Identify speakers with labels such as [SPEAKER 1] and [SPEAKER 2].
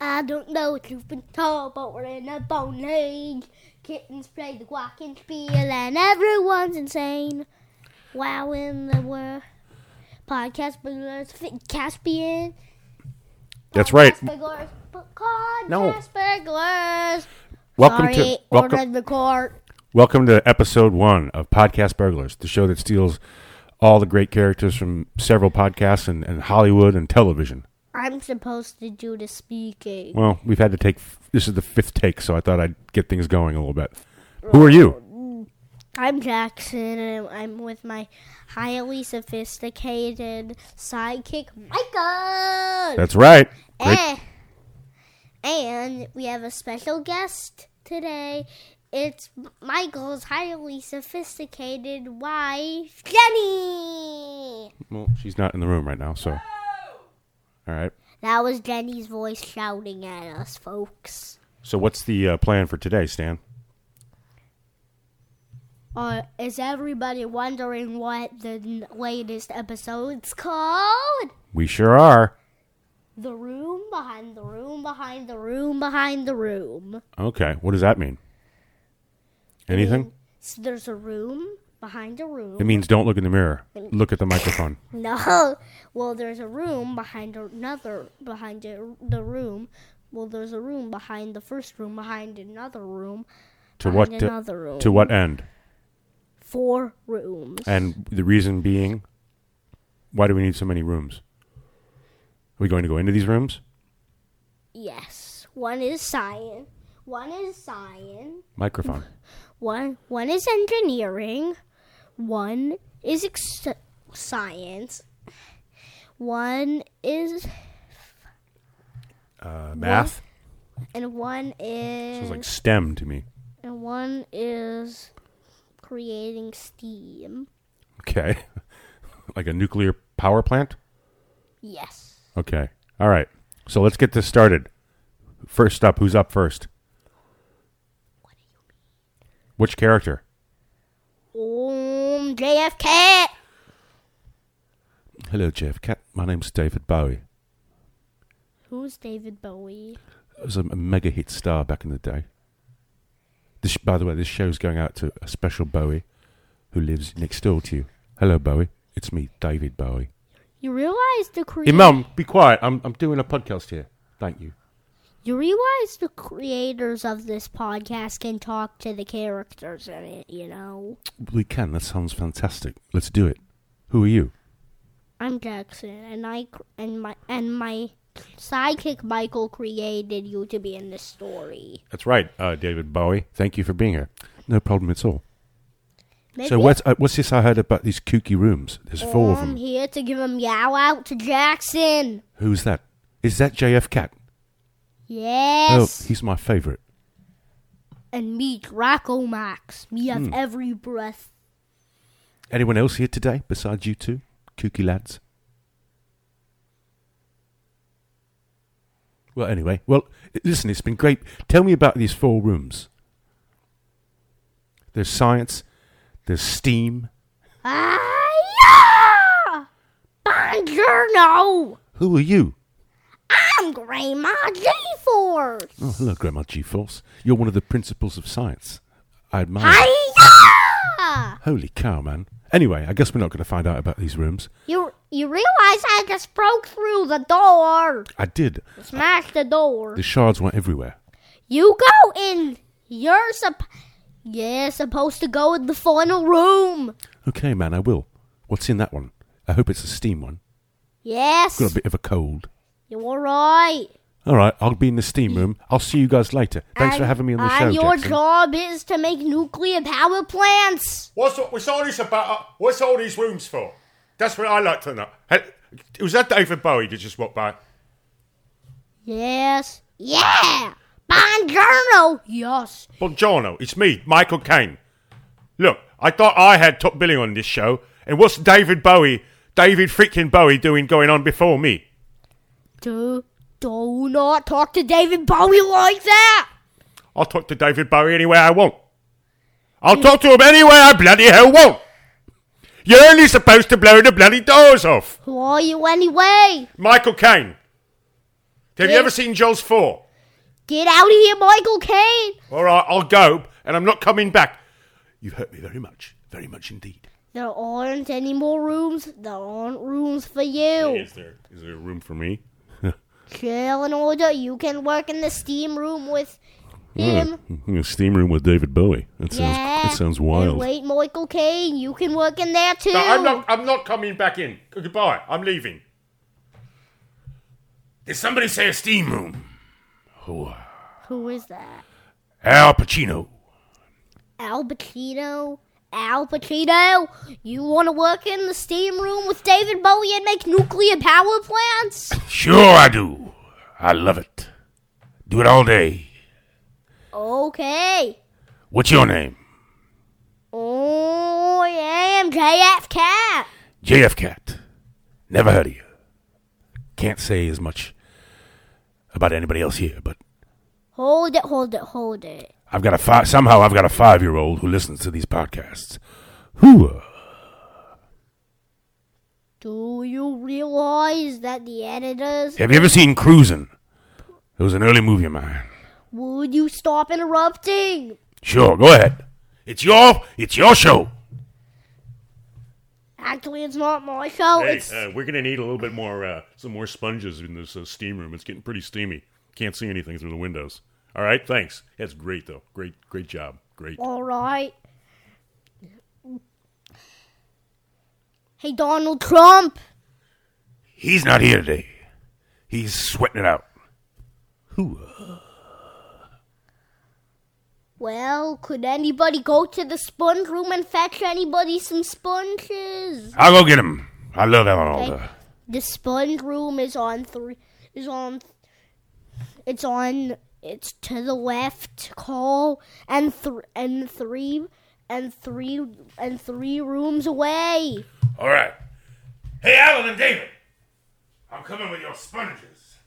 [SPEAKER 1] I don't know what you've been told, but we're in a bone age. Kittens play the whacking spiel and everyone's insane. Wow in the world. Podcast burglars, fit Caspian.
[SPEAKER 2] That's right.
[SPEAKER 1] Podcast burglars, podcast
[SPEAKER 2] No.
[SPEAKER 1] burglars.
[SPEAKER 2] Welcome
[SPEAKER 1] Sorry,
[SPEAKER 2] to welcome
[SPEAKER 1] ordered the court.
[SPEAKER 2] welcome to episode one of Podcast Burglars, the show that steals all the great characters from several podcasts and, and Hollywood and television.
[SPEAKER 1] I'm supposed to do the speaking.
[SPEAKER 2] Well, we've had to take this is the fifth take, so I thought I'd get things going a little bit. Who are you?
[SPEAKER 1] I'm Jackson, and I'm with my highly sophisticated sidekick, Michael.
[SPEAKER 2] That's right. Great.
[SPEAKER 1] Eh. And we have a special guest today. It's Michael's highly sophisticated wife, Jenny.
[SPEAKER 2] Well, she's not in the room right now, so. All right.
[SPEAKER 1] That was Jenny's voice shouting at us, folks.
[SPEAKER 2] So, what's the uh, plan for today, Stan?
[SPEAKER 1] Uh, is everybody wondering what the n- latest episode's called?
[SPEAKER 2] We sure are.
[SPEAKER 1] The room behind the room behind the room behind the room.
[SPEAKER 2] Okay. What does that mean? Anything?
[SPEAKER 1] So there's a room behind a room.
[SPEAKER 2] It means don't look in the mirror. Look at the microphone.
[SPEAKER 1] No. Well, there's a room behind another behind a, the room. Well, there's a room behind the first room behind another room.
[SPEAKER 2] To
[SPEAKER 1] behind
[SPEAKER 2] what? To,
[SPEAKER 1] another room.
[SPEAKER 2] to what end?
[SPEAKER 1] Four rooms.
[SPEAKER 2] And the reason being, why do we need so many rooms? Are we going to go into these rooms?
[SPEAKER 1] yes. One is science. One is science.
[SPEAKER 2] Microphone.
[SPEAKER 1] One one is engineering, one is ex- science, one is
[SPEAKER 2] Uh, math.
[SPEAKER 1] and one is
[SPEAKER 2] Sounds like STEM to me.
[SPEAKER 1] and one is creating steam.
[SPEAKER 2] Okay. like a nuclear power plant?
[SPEAKER 1] Yes.
[SPEAKER 2] Okay. All right. So let's get this started. First up, who's up first? Which character?
[SPEAKER 1] Um, JFK.
[SPEAKER 2] Hello, Jeff. Cat. My name's David Bowie.
[SPEAKER 1] Who's David Bowie?
[SPEAKER 2] I was a, a mega hit star back in the day. This, by the way, this show's going out to a special Bowie who lives next door to you. Hello, Bowie. It's me, David Bowie.
[SPEAKER 1] You realize the crea-
[SPEAKER 2] Imam, be quiet. I'm, I'm doing a podcast here. Thank you.
[SPEAKER 1] You realize the creators of this podcast can talk to the characters in it, you know.
[SPEAKER 2] We can. That sounds fantastic. Let's do it. Who are you?
[SPEAKER 1] I'm Jackson, and I cr- and my and my sidekick Michael created you to be in this story.
[SPEAKER 2] That's right, uh, David Bowie. Thank you for being here. No problem at all.
[SPEAKER 1] Maybe
[SPEAKER 2] So what's uh, what's this I heard about these kooky rooms? There's four of
[SPEAKER 1] I'm
[SPEAKER 2] them. Oh,
[SPEAKER 1] here to give a meow out to Jackson.
[SPEAKER 2] Who's that? Is that JF Cat?
[SPEAKER 1] Yes,
[SPEAKER 2] Oh, he's my favorite.
[SPEAKER 1] and meet Rocco Max. Me
[SPEAKER 2] Hmm.
[SPEAKER 1] of every breath.
[SPEAKER 2] Anyone else here today besides you two, kooky lads? Well, anyway, well, i- listen, it's been great. Tell me about these four rooms. There's science, there's steam.
[SPEAKER 1] Ah, yeah! Buongiorno.
[SPEAKER 2] Who are you?
[SPEAKER 1] I'm Grandma J Force.
[SPEAKER 2] Oh, hello, Grandma G Force. You're one of the principals of science. I admire.
[SPEAKER 1] Ah,
[SPEAKER 2] Holy cow, man. Anyway, I guess we're not going to find out about these rooms.
[SPEAKER 1] yeah! You you realize I just broke through the door.
[SPEAKER 2] I did.
[SPEAKER 1] Smash the door.
[SPEAKER 2] The shards went everywhere.
[SPEAKER 1] You go in. You're sup. You're supposed to go in the final room.
[SPEAKER 2] Okay, man, I will. What's in that one? I hope it's a steam one.
[SPEAKER 1] Yes.
[SPEAKER 2] Got a bit of a cold.
[SPEAKER 1] You're right.
[SPEAKER 2] All right, I'll be in the steam room. I'll see you guys later. Thanks for
[SPEAKER 1] And-
[SPEAKER 2] having me on the
[SPEAKER 1] and
[SPEAKER 2] show,
[SPEAKER 1] your
[SPEAKER 2] Jackson.
[SPEAKER 1] job is to make nuclear power plants.
[SPEAKER 3] What's what's all this about? uh, What's all these rooms for? That's what I like to know. Hey, was that David Bowie that just walked by?
[SPEAKER 1] Yes. Yeah. Buongiorno. Yes.
[SPEAKER 3] Buongiorno, it's me, Michael Caine. Look, I thought I had top billing on this show, and what's David Bowie, David freaking Bowie, doing going on before me?
[SPEAKER 1] Do do not talk to David Bowie like that.
[SPEAKER 3] I'll talk to David Bowie anywhere I want. I'll talk to him anywhere I bloody hell want. You're only supposed to blow the bloody doors off.
[SPEAKER 1] Who are you anyway?
[SPEAKER 3] Michael Caine. Have you
[SPEAKER 1] Yeah.
[SPEAKER 3] ever seen Jaws 4?
[SPEAKER 1] Get out of here, Michael Caine.
[SPEAKER 3] All right, I'll go, and I'm not coming back. You've hurt me very much, very much indeed.
[SPEAKER 1] There aren't any more rooms. There aren't rooms for you.
[SPEAKER 3] Is there is there room for me?
[SPEAKER 1] Chill and order. You can work in the steam room with him.
[SPEAKER 2] Mm, a steam room with David Bowie. That sounds
[SPEAKER 1] Yeah.
[SPEAKER 2] that sounds
[SPEAKER 1] And
[SPEAKER 2] wild.
[SPEAKER 1] wait, Michael Caine, you can work in there too.
[SPEAKER 3] No, I'm not. I'm not coming back in. Goodbye. I'm leaving. Did somebody say a steam room? Oh,
[SPEAKER 1] Who is that?
[SPEAKER 3] Al Pacino.
[SPEAKER 1] Al Pacino. Al Pacino, you want to work in the steam room with David Bowie and make nuclear power plants?
[SPEAKER 3] Sure, I do. I love it. Do it all day.
[SPEAKER 1] Okay.
[SPEAKER 3] What's your name?
[SPEAKER 1] Oh, I am JF Cat.
[SPEAKER 2] JF Cat. Never heard of you. Can't say as much about anybody else here, but
[SPEAKER 1] Hold it, hold it, hold it.
[SPEAKER 2] I've got a fi- somehow I've got a five year old who listens to these podcasts. Who?
[SPEAKER 1] Do you realize that the editors?
[SPEAKER 2] Have you ever seen Cruisin'? It was an early movie of mine.
[SPEAKER 1] Would you stop interrupting?
[SPEAKER 2] Sure, go ahead. It's your it's your show.
[SPEAKER 1] Actually, it's not my show.
[SPEAKER 3] Hey,
[SPEAKER 1] it's
[SPEAKER 3] uh, we're gonna need a little bit more, uh, some more sponges in this uh, steam room. It's getting pretty steamy. Can't see anything through the windows. All right, thanks. That's great though. Great, great job. Great.
[SPEAKER 1] all right. Hey, Donald Trump.
[SPEAKER 2] He's not here today. He's sweating it out. Who?
[SPEAKER 1] Well, could anybody go to the sponge room and fetch anybody some sponges?
[SPEAKER 2] I'll go get him. I love Alan Alda.
[SPEAKER 1] The sponge room is on three. Is on. It's on. It's to the left. Call and thr and three and three and three rooms away.
[SPEAKER 3] All right. Hey, Alan and David, I'm coming with your sponges.